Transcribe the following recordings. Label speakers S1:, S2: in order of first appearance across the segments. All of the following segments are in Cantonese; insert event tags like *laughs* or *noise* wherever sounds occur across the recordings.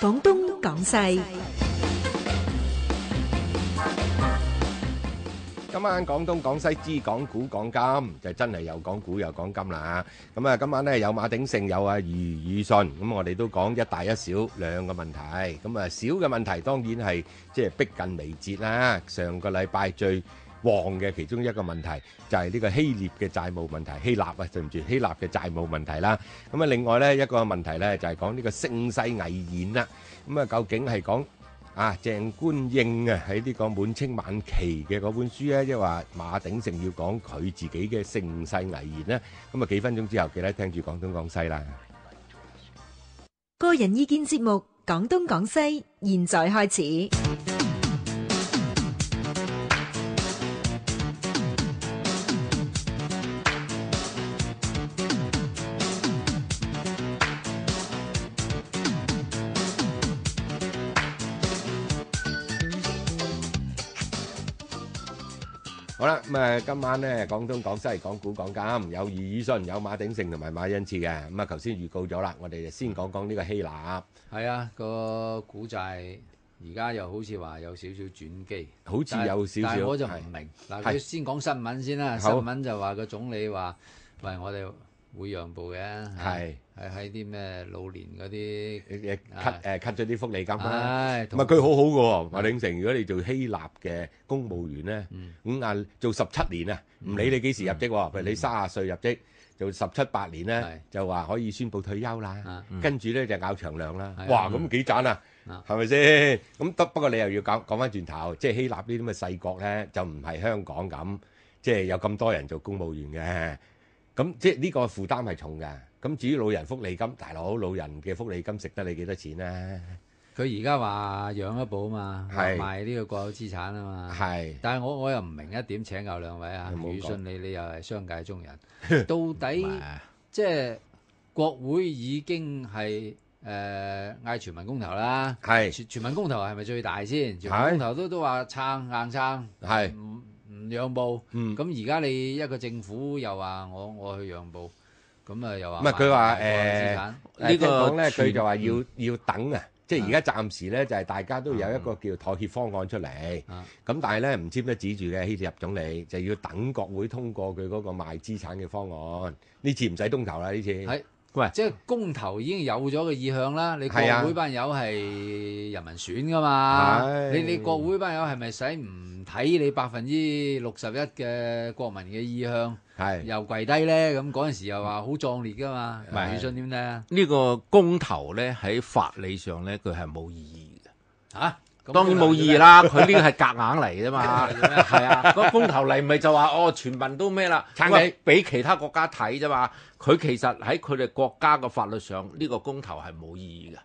S1: 廣東廣西
S2: 今晚廣東廣西之講古講金，就真係有講古有講金啦。咁啊，今晚咧有馬鼎盛，有啊余宇信，咁我哋都講一大一小兩個問題。咁啊，小嘅問題當然係即係逼近眉睫啦。上個禮拜最旺嘅其中一個問題就係呢個希臘嘅債務問題，希臘啊，對唔住，希臘嘅債務問題啦。咁啊，另外咧一個問題咧就係講呢個盛世危言啦。咁啊，究竟係講啊鄭觀應啊喺呢個滿清晚期嘅嗰本書咧，即係話馬鼎盛要講佢自己嘅盛世危言咧。咁啊，幾分鐘之後記得聽住廣東廣西啦。
S1: 個人意見節目《廣東廣西》，現在開始。
S2: 好啦，咁啊，今晚咧廣東廣西講古講金，有余宇信、有馬鼎盛同埋馬恩賜嘅。咁啊，頭先預告咗啦，我哋就先講講呢個希臘，
S3: 係啊，個股債而家又好似話有少少轉機，
S2: 好似有少
S3: 但係我就唔
S2: 少係
S3: 明。嗱，
S2: 係
S3: 佢先講新聞先啦。
S2: 好
S3: 新聞就話個總理話：喂，我哋會讓步嘅，
S2: 係
S3: 係喺啲咩老年嗰啲，
S2: 誒 cut 誒 cut 咗啲福利金啦。
S3: 唉，
S2: 唔
S3: 同
S2: 係啊佢好好嘅喎，馬鼎盛。如果你做希臘嘅公務員咧，咁啊做十七年啊，唔理你幾時入職喎，譬如你三十歲入職，做十七八年
S3: 係
S2: 咧，就話可以宣布退休啦
S3: 啊。
S2: 跟住咧就咬長糧啦
S3: 係啊。
S2: 哇，咁幾賺啊！
S3: 啊
S2: 係咪先？咁得不過你又要講講翻轉頭，即係希臘呢啲咁嘅細國咧，就唔係香港咁，即係有咁多人做公務員嘅。咁即係呢個負擔係重嘅。咁至於老人福利金，大佬老人嘅福利金食得你幾多錢咧？
S3: 佢而家話讓一步啊嘛，話
S2: 係
S3: 賣呢個國有資產啊嘛。
S2: 係。
S3: 但係我我又唔明一點，請教兩位啊
S2: 你，唔好
S3: 余
S2: 講
S3: 信你你又係商界中
S2: *laughs*
S3: 人，到底即係國會已經係誒嗌全民公投啦，
S2: 係
S3: 全全民公投係咪最大先？全
S2: 係
S3: 民公投都都話撐硬撐，
S2: 係
S3: 唔唔讓步。
S2: 嗯，
S3: 咁而家你一個政府又話我我去讓步，咁啊又話
S2: 唔係佢話
S3: 賣國有資產
S2: 呢個講咧，佢
S4: 全
S2: 就話要要等啊，即係而家暫時咧就係大家都有一個叫妥協方案出嚟，咁
S3: 啊
S2: 但係咧唔簽得指住嘅希臘總理就要等國會通過佢嗰個賣資產嘅方案，呢次唔使公投啦，呢次
S3: 係即係公投已經有咗個意向啦，你國
S2: 係啊
S3: 會班友係人民選噶嘛？
S2: 係
S3: 你你國會班友係咪使唔睇你百分之六十一嘅國民嘅意向
S2: 係
S3: 又跪低咧？咁嗰陣時又話好壯烈噶嘛？
S2: 係
S3: 余宇信點睇啊？
S4: 呢個公投咧喺法理上咧，佢係冇意
S3: 嚇，
S4: 義嘅。
S3: 咁
S4: 當然冇意義啦，佢呢個係夾硬嚟
S3: *laughs*
S4: 啫嘛。係啊，個公投嚟咪就話哦，全民都咩啦，
S2: 撐你
S4: 喂俾其他國家睇啫嘛。佢其實喺佢哋國家嘅法律上，呢個公投係冇意義嘅。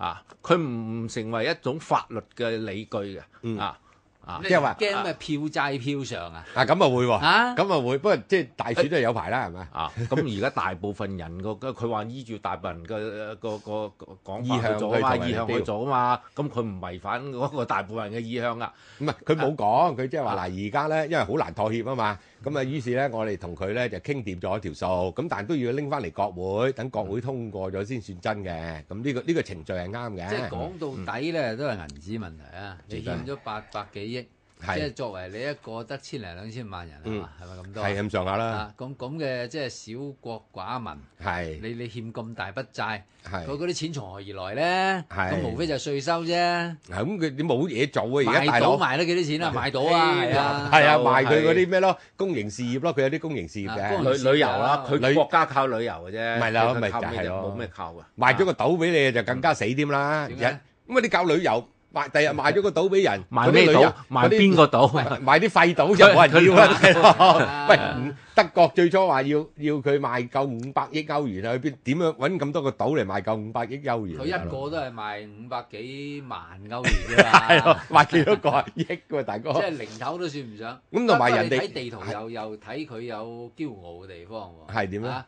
S4: 啊，佢唔成為一種法律嘅理據嘅。
S2: 嗯
S4: 啊啊
S3: 你，
S2: 即係話
S3: 驚咩票債票償啊？
S2: 啊咁啊會喎，
S3: 嚇！
S2: 咁啊會，不過即係大選都係有排啦，係咪？
S4: 啊，咁而家大部分人個 *laughs* 佢話依照大部分人嘅個個個講
S2: 意向
S4: 法去做啊嘛，
S2: 去做人哋
S4: 意向
S2: 標
S4: 去做啊嘛，咁佢唔違反嗰個大部分人嘅意向啊。
S2: 唔係佢冇講，佢即係話嗱，而家咧因為好難妥協啊嘛，咁啊於是咧我哋同佢咧就傾掂咗條數，咁但係都要拎翻嚟國會，等國會通過咗先算真嘅，咁呢個呢個程序係啱
S3: 即係
S2: 嘅，
S3: 講到底咧，都係銀紙問題啊！你
S2: 絕對
S3: 欠咗八百幾億，即
S2: 係
S3: 係作為你一個得千零兩千萬人係嘛？係咪咁多啊？
S2: 係咁上下啦，
S3: 啊，咁咁嘅即係小國寡民，
S2: 係
S3: 你你欠咁大筆債，佢
S2: 係
S3: 嗰啲錢從何而來咧？
S2: 係
S3: 咁無非就係税收啫，
S2: 係咁佢你冇嘢做啊，而家
S3: 賣
S2: 大
S3: 到
S2: 佬
S3: 賣得幾多錢啊？賣到啊，係啊，
S2: 係啊
S4: 就
S2: 賣佢
S4: 係
S2: 嗰啲咩咯，公營事業咯，佢有啲公營事業
S3: 啊公
S2: 嘅
S3: 營，
S4: 旅旅遊啦，
S2: 旅
S4: 佢國家靠旅遊嘅啫，
S2: 咪啦
S4: 佢
S2: 咪就
S4: 靠咩
S2: 係
S4: 就
S2: 咯
S4: 冇咩靠嘅。
S2: 賣咗個島俾你就更加死添啦，
S3: 點
S2: 日
S3: 解
S2: 咁啊你搞旅遊賣第日賣咗個島俾人，
S4: 賣咩島？賣邊個 *laughs* 島？
S2: 買啲廢島就冇人要啦，
S3: *laughs*
S2: 大佬。
S3: 佢
S2: 喂，唔德國最初話要要佢賣夠五百億歐元啊，去邊點樣揾咁多個島嚟賣夠五百億歐元啊？
S3: 佢一個都係賣五百幾萬歐元
S2: *laughs*
S3: 啫嘛。
S2: 賣幾多個啊？億喎，大
S3: *laughs*
S2: 哥
S3: 即。係零頭都算唔上。
S2: 咁同埋人哋
S3: 不過你睇地圖又又睇佢有驕傲嘅地方喎。
S2: 係點咧
S3: 啊？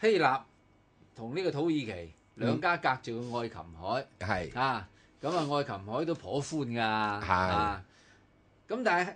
S3: 希臘同呢個土耳其兩家隔住個愛琴海
S2: 係
S3: 啊，咁啊愛琴海都頗寬㗎。
S2: 係
S3: 啊咁但係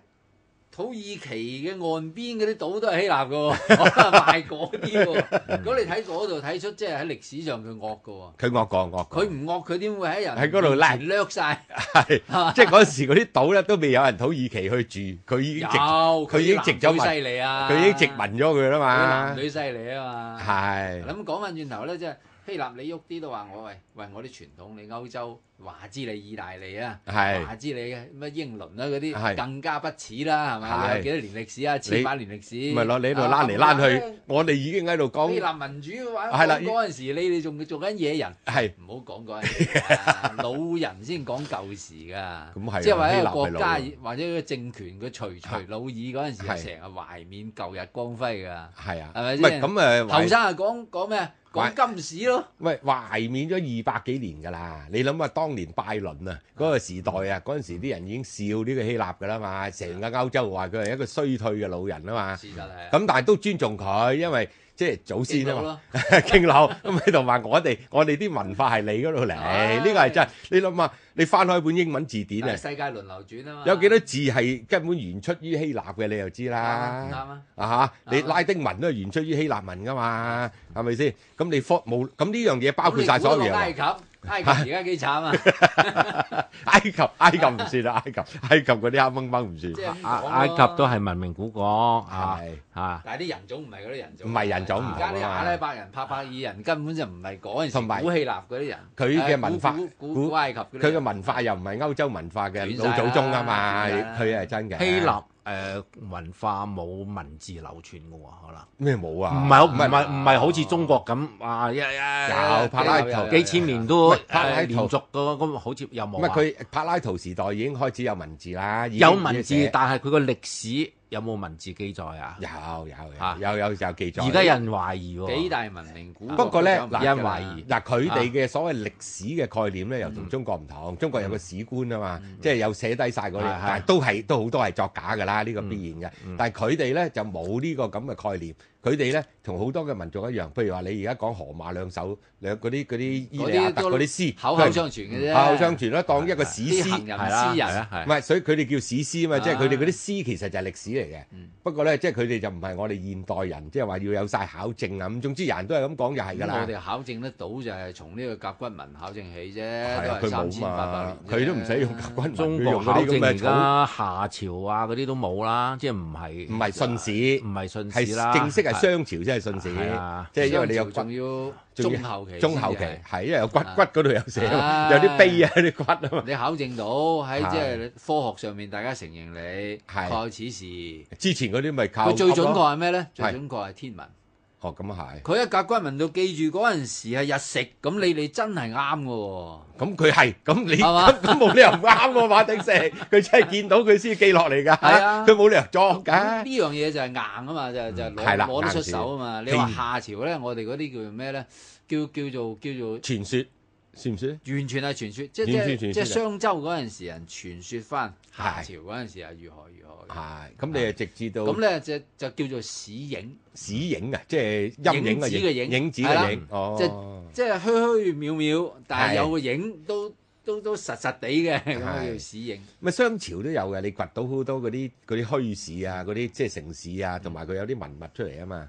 S3: 土耳其嘅岸邊嗰啲島都係希臘嘅喎， *laughs* 可能賣嗰啲喎。咁你睇嗰度睇出，即係喺歷史上佢惡嘅喎。
S2: 佢惡過惡過
S3: 佢唔惡，佢點會喺人
S2: 喺嗰度拉
S3: 面前掠晒？
S2: 係 *laughs* 即係嗰陣時嗰啲島咧都未有人土耳其去住，佢已
S3: 有
S2: 經殖佢已經直咗民
S3: 佢男女犀利啊！
S2: 佢已經殖民咗佢啦
S3: 佢
S2: 嘛
S3: 男，女犀利啊嘛。
S2: 係
S3: 咁講翻轉頭咧，即係希臘你喐啲都話我喂喂我啲傳統，你歐洲話知你意大利啊，
S2: 係
S3: 話知你咩英倫啊嗰
S2: 係
S3: 啲更加不似啦，係
S2: 係
S3: 咪？有幾多年歷史啊？千百年歷史，
S2: 咪咯？你喺度
S3: 啊
S2: 拉嚟拉
S3: 咁
S2: 去
S3: 啊，
S2: 我哋已經喺度
S3: 希
S2: 講
S3: 臘民主嘅話，
S2: 係啦
S3: 講嗰陣時你哋仲做緊野人，
S2: 係
S3: 唔好講嗰陣時
S2: *laughs*
S3: 啊老人先講舊時㗎。
S2: 咁係啊
S3: 即係話一
S2: 希
S3: 個
S2: 臘
S3: 國
S2: 咪
S3: 家
S2: 老
S3: 或者一個政權佢垂垂老矣嗰陣時，
S2: 係
S3: 成日懷緬舊日光輝㗎。
S2: 係啊，
S3: 係咪
S2: 唔
S3: 先
S2: 係咁誒
S3: 後
S2: 懷
S3: 生啊講講咩啊？
S2: 喂
S3: 講金史咯。
S2: 喂懷緬咗二百幾年㗎啦！你諗下當年拜倫啊嗰個時代啊，嗰陣時啲人已經笑呢個希臘㗎啦嘛，成個歐洲話佢係一個衰退嘅老人啊嘛，
S3: 事實係啊
S2: 咁但係都尊重佢，因為即係祖先啊嘛。
S3: 咯，
S2: 傾樓咁喺度話我哋我哋啲文化係你嗰度嚟，
S3: 唉
S2: 呢個係真係。你諗下，你翻開本英文字典
S3: 但係
S2: 啊，
S3: 世界輪流轉啊嘛，
S2: 有幾多字係根本源出於希臘嘅，你就知
S3: 啱啊啱
S2: 啦。
S3: 啊？
S2: 啊嚇！你
S3: 啱啊
S2: 拉丁文都係源出於希臘文噶嘛，係咪先？咁你科冇咁呢樣嘢包括晒所有
S3: 咁你
S2: 嘢
S3: 估到埃
S2: 喎。
S3: 及，埃及而家幾
S2: *laughs*
S3: 慘啊！
S2: 埃及埃及唔算啦，埃及埃及嗰啲黑掹掹唔算。
S3: 即係咁講咯
S4: 埃及都，係文明古國啊
S2: 係
S4: 啊！
S3: 但係啲人種唔係嗰啲人種，
S2: 唔係人種唔同啊
S3: 而家啲阿拉伯人、帕帕爾人根本就唔係嗰陣
S2: 同埋
S3: 時古希臘嗰啲人，
S2: 佢嘅文化
S3: 誒古古
S2: 古
S3: 古古埃及嗰啲
S2: 佢嘅
S3: 人
S2: 文化又唔係歐洲文化
S3: 轉
S2: 嘅
S3: 晒
S2: 老
S3: 啦
S2: 祖宗啊嘛，
S3: 轉晒啦
S2: 佢係真嘅。
S4: 希臘誒文化冇文字流傳嘅喎，可能
S2: 咩冇啊？
S4: 唔係好唔
S3: 係
S4: 係唔係好似中國咁啊！一一
S2: 有柏拉圖
S4: 幾千年都
S2: 喂柏拉圖
S4: 誒連續個咁，好似有
S2: 唔
S4: 冇
S2: 係
S4: 啊？
S2: 佢柏拉圖時代已經開始有文字啦，已經
S4: 有文
S2: 已經
S4: 字，
S2: 寫
S4: 但係佢個歷史有冇文字記載啊？
S2: 有有
S4: 啊
S2: 有有有有記載。
S4: 而家有人懷疑
S3: 幾
S4: 喎，
S3: 大文明古國，
S2: 不過
S3: 佢
S2: 咧
S3: 就唔
S2: 嗱
S4: 有人嗯懷疑
S2: 嗱，佢哋嘅所謂歷史嘅概念咧，又同中國唔同。中國有個史官啊嘛，即係有寫低晒嗰啲，
S4: 嗯係係
S2: 但係都係都好多係作假㗎啦，呢個必然嘅
S4: 嗯。
S2: 但係佢哋咧就冇呢個咁嘅概念，佢哋咧同好多嘅民族一樣，譬如話你而家講河馬兩手兩嗰啲嗰啲伊利
S3: 嗰
S2: 亞特
S3: 啲都
S2: 嗰啲詩，
S3: 口
S2: 佢
S3: 口
S2: 係
S3: 相傳嘅啫，
S2: 口口相傳啦，當一個史
S3: 啲
S2: 詩
S3: 行。人
S4: 係啦
S3: 詩
S4: 係
S3: 人
S4: 啦，係
S2: 唔。係，所啊以佢哋叫史詩啊嘛，
S3: 啊
S2: 即係佢哋嗰啲詩其實就係歷史嚟嘅。
S3: 嗯
S2: 不過咧，即係佢哋就唔係我哋現代人，即係話要有晒考證啊。咁總之人都係咁講就係㗎
S3: 咁
S2: 啦
S3: 我。哋考證得到就係從呢個甲骨文考證起啫，
S2: 係
S3: 嗯都
S2: 啊，佢
S3: 係三
S2: 冇
S3: 千八百
S2: 嘛
S3: 年，啫，
S2: 佢都唔使用甲骨文，
S4: 中
S2: 佢
S4: 國
S2: 用
S4: 考
S2: 嗰啲咁
S4: 證而
S2: 嘅草，
S4: 家夏朝啊嗰啲都冇啦，即係唔係
S2: 唔係信史
S4: 唔，係信史啦，
S2: 係正式係商朝先係信史
S4: 係啊，
S2: 即係因為你有骨
S3: 仲要
S2: 仲要
S3: 中後期，
S2: 中後期係因為有骨
S3: 啊
S2: 骨嗰度有寫啊嘛，
S3: 啊
S2: 有啲碑啊啲骨啊嘛，
S3: 你考證到喺即係科學上面，大家承認你
S2: 係
S3: 確有此事。
S2: 之前嗰啲咪靠
S3: 佢最準
S2: 噏咯。
S3: 確係咩咧？最
S2: 係
S3: 準確係天文。
S2: 哦，咁啊係，
S3: 佢喺甲骨文度記住嗰陣時係日食，咁你哋真係啱嘅喎。
S2: 咁佢係，咁你
S3: 係嘛
S2: 咁咁冇理由唔啱喎，馬鼎盛，佢真係見到佢先記落嚟㗎，
S3: 係啊
S2: 佢冇理由作
S3: 咁呢
S2: 㗎。
S3: 樣嘢就係硬啊嘛，就就
S2: 嗯係
S3: 攞
S2: 啦
S3: 攞得出手啊嘛。
S2: 硬
S3: 你
S2: 先
S3: 話夏朝咧，我哋嗰啲叫做咩咧？叫叫做叫做
S2: 傳說算唔算咧？
S3: 完全係傳說，即
S2: 完全
S3: 即即
S2: 傳說
S3: 即
S2: 嘅
S3: 商周嗰陣時人傳說翻夏
S2: 係啊
S3: 朝嗰陣時係如何如何嘅。
S2: 係，咁你就直至到
S3: 咁咧就就叫做史影。
S2: 史影啊，即係陰影
S3: 影子嘅影
S2: 影子
S3: 係
S2: 嘅
S3: 啦
S2: 影，
S3: 即
S2: 哦，
S3: 即係虛虛渺渺，但
S2: 係
S3: 係有個影都都都實實地嘅，咁啊
S2: 係
S3: 樣叫市影。
S2: 咪商朝都有嘅，你掘到好多嗰啲嗰啲墟市啊，嗰啲即係城市啊，同埋佢有啲文物出嚟啊嘛。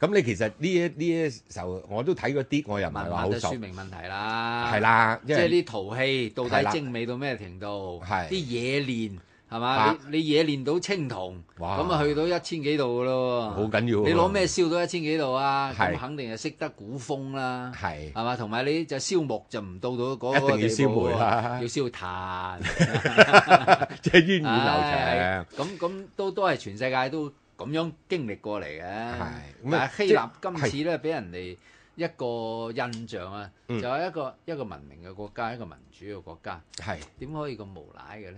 S2: 咁你其實呢一呢一時候我都睇過啲，我又唔係
S3: 文物
S2: 話好
S3: 都
S2: 熟
S3: 說，明問題啦，
S2: 係，啦，
S3: 即
S2: 因
S3: 係
S2: 為
S3: 啲陶器到
S2: 係
S3: 底
S2: 啦
S3: 精美到咩程度？
S2: 係
S3: 啲冶煉係嘛
S2: 啊？
S3: 你你冶煉到青銅，
S2: 哇
S3: 咁啊去到一千幾度噶咯喎。
S2: 好緊要喎
S3: 你攞咩燒到一千幾度啊？
S2: 係
S3: 咁肯定係識得古風啦。
S2: 係
S3: 係嘛？同埋你就燒木就唔到到嗰個
S2: 一定要燒煤啦
S3: 地步喎要燒炭。
S2: *laughs* 即係源遠流長
S3: 唉，咁咁都都係全世界都咁樣經歷過嚟嘅。
S2: 係咁啊
S3: 但係
S2: 即
S3: 希
S2: 係
S3: 臘今次咧，俾人哋一個印象啊，
S2: 嗯
S3: 就係一個一個文明嘅國家，一個民主嘅國家，
S2: 係
S3: 點可以咁無賴嘅咧？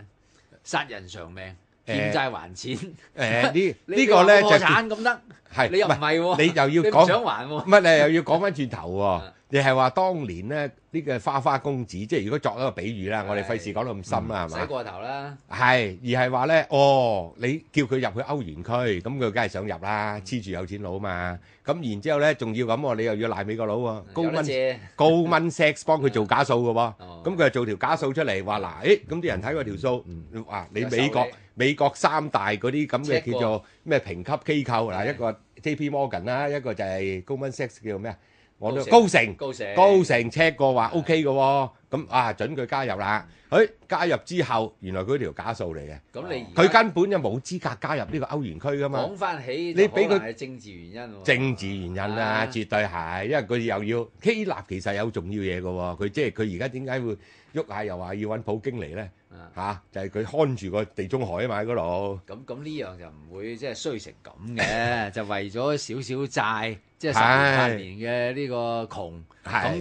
S3: 殺人償命，
S2: 誒
S3: 欠債還錢，
S2: 誒呢
S3: 你
S2: 呢個咧
S3: 你話
S2: 就
S3: 我破產咁得，
S2: 係
S3: 你又唔
S2: 係
S3: 係喎，
S2: 你又要
S3: 你唔
S2: 講
S3: 想還喎
S2: 唔。係你又要講翻轉頭喎
S3: 啊？
S2: 你係話當年咧呢個花花公子，即係如果作一個比喻啦，我哋
S3: 係
S2: 費事講到咁深啦，係嘛
S3: 洗？過頭啦，
S2: 係，而係話咧，哦，你叫佢入去歐元區，咁佢梗係想入啦，黐住有錢佬嘛。咁然之後咧，仲要咁喎，你又要賴美國佬喎，高
S3: 有得
S2: 蚊
S3: 借
S2: 高蚊 sex 幫佢做假數嘅喎。
S3: 哦
S4: 嗯
S2: 咁佢就做條假數出嚟，話嗱，誒，咁啲人睇過條數，話你
S3: 有
S2: 美國
S3: 手
S2: 美國三大嗰啲咁嘅
S4: Check
S2: 叫
S4: 過
S2: 做咩評級機構嗱，
S4: 係
S2: 一個 J.P. Morgan 啦，一個就係 Goldman Sachs 叫做咩啊？我都
S4: 高
S2: 高盛。
S4: 高成
S2: 高成 check 過話
S4: 係
S2: OK 嘅喎，咁啊準佢加入啦。佢加入之後，原來佢條假數嚟嘅，
S3: 咁你
S2: 佢根本就冇資格加入呢個歐元區噶嘛。
S3: 講翻起，
S2: 啊你
S3: 你
S2: 俾
S3: 俾
S2: 佢
S3: 佢係政治原因喎。
S2: 政治原因啦，
S3: 啊
S2: 絕對係，因為佢又要希臘其實有重要嘢嘅喎，佢即係佢而家點解會喐下又話要揾普京嚟咧？
S3: 啊
S2: 嚇、就係佢看住個地中海啊嘛喺嗰度。
S3: 咁咁呢樣就唔會即係衰成咁
S2: *laughs*
S3: 嘅，就為咗少少債，即係十
S2: 係
S3: 年八年嘅呢個窮，
S2: 係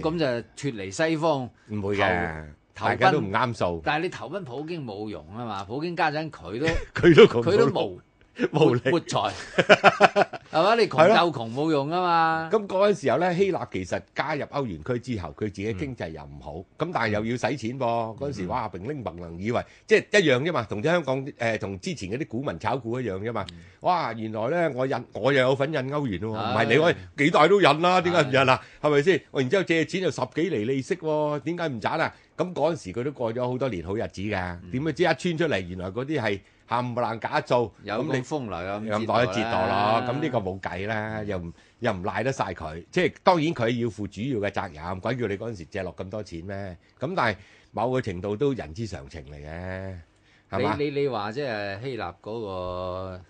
S3: 咁咁就脫離西方。
S2: 唔會嘅，
S3: 投
S2: 大家都唔啱數，
S3: 但係你投奔普京冇用啊嘛，普京家陣佢
S2: *laughs*
S3: 都
S2: 佢都講
S3: 佢都
S2: 到
S3: 無
S2: *laughs* 無力。
S3: 活
S2: *laughs*
S3: 財，係嘛？你
S2: 係
S3: 窮
S2: 咯
S3: 夠窮冇用啊嘛。
S2: 咁嗰陣時候咧，希臘其實加入歐元區之後，佢自己經濟又唔好，咁但係又要使錢噃。嗰陣時哇，平拎白能以為即係一樣啫嘛，同啲香港誒同之前嗰啲股民炒股一樣啫嘛。哇，原來咧我印我又有份印歐元喎，唔係
S3: 唉
S2: 你可以幾代都印啦，點解唔印啊？係咪先？我然之後借錢就十幾厘利息喎，點解唔賺啊？咁嗰陣時佢都過咗好多年好日子㗎，點解知一穿出嚟原來嗰啲係冚唪唥假數，
S3: 有
S2: 咁你
S3: 咁風流有咁折
S2: 咁耐都折墮咯，咁呢個冇計啦，又唔又唔賴得晒佢，即係當然佢要負主要嘅責任，鬼叫你嗰陣時借落咁多錢咩？咁但係某個程度都人之常情嚟嘅，係嘛？
S3: 你你你話即係希臘嗰個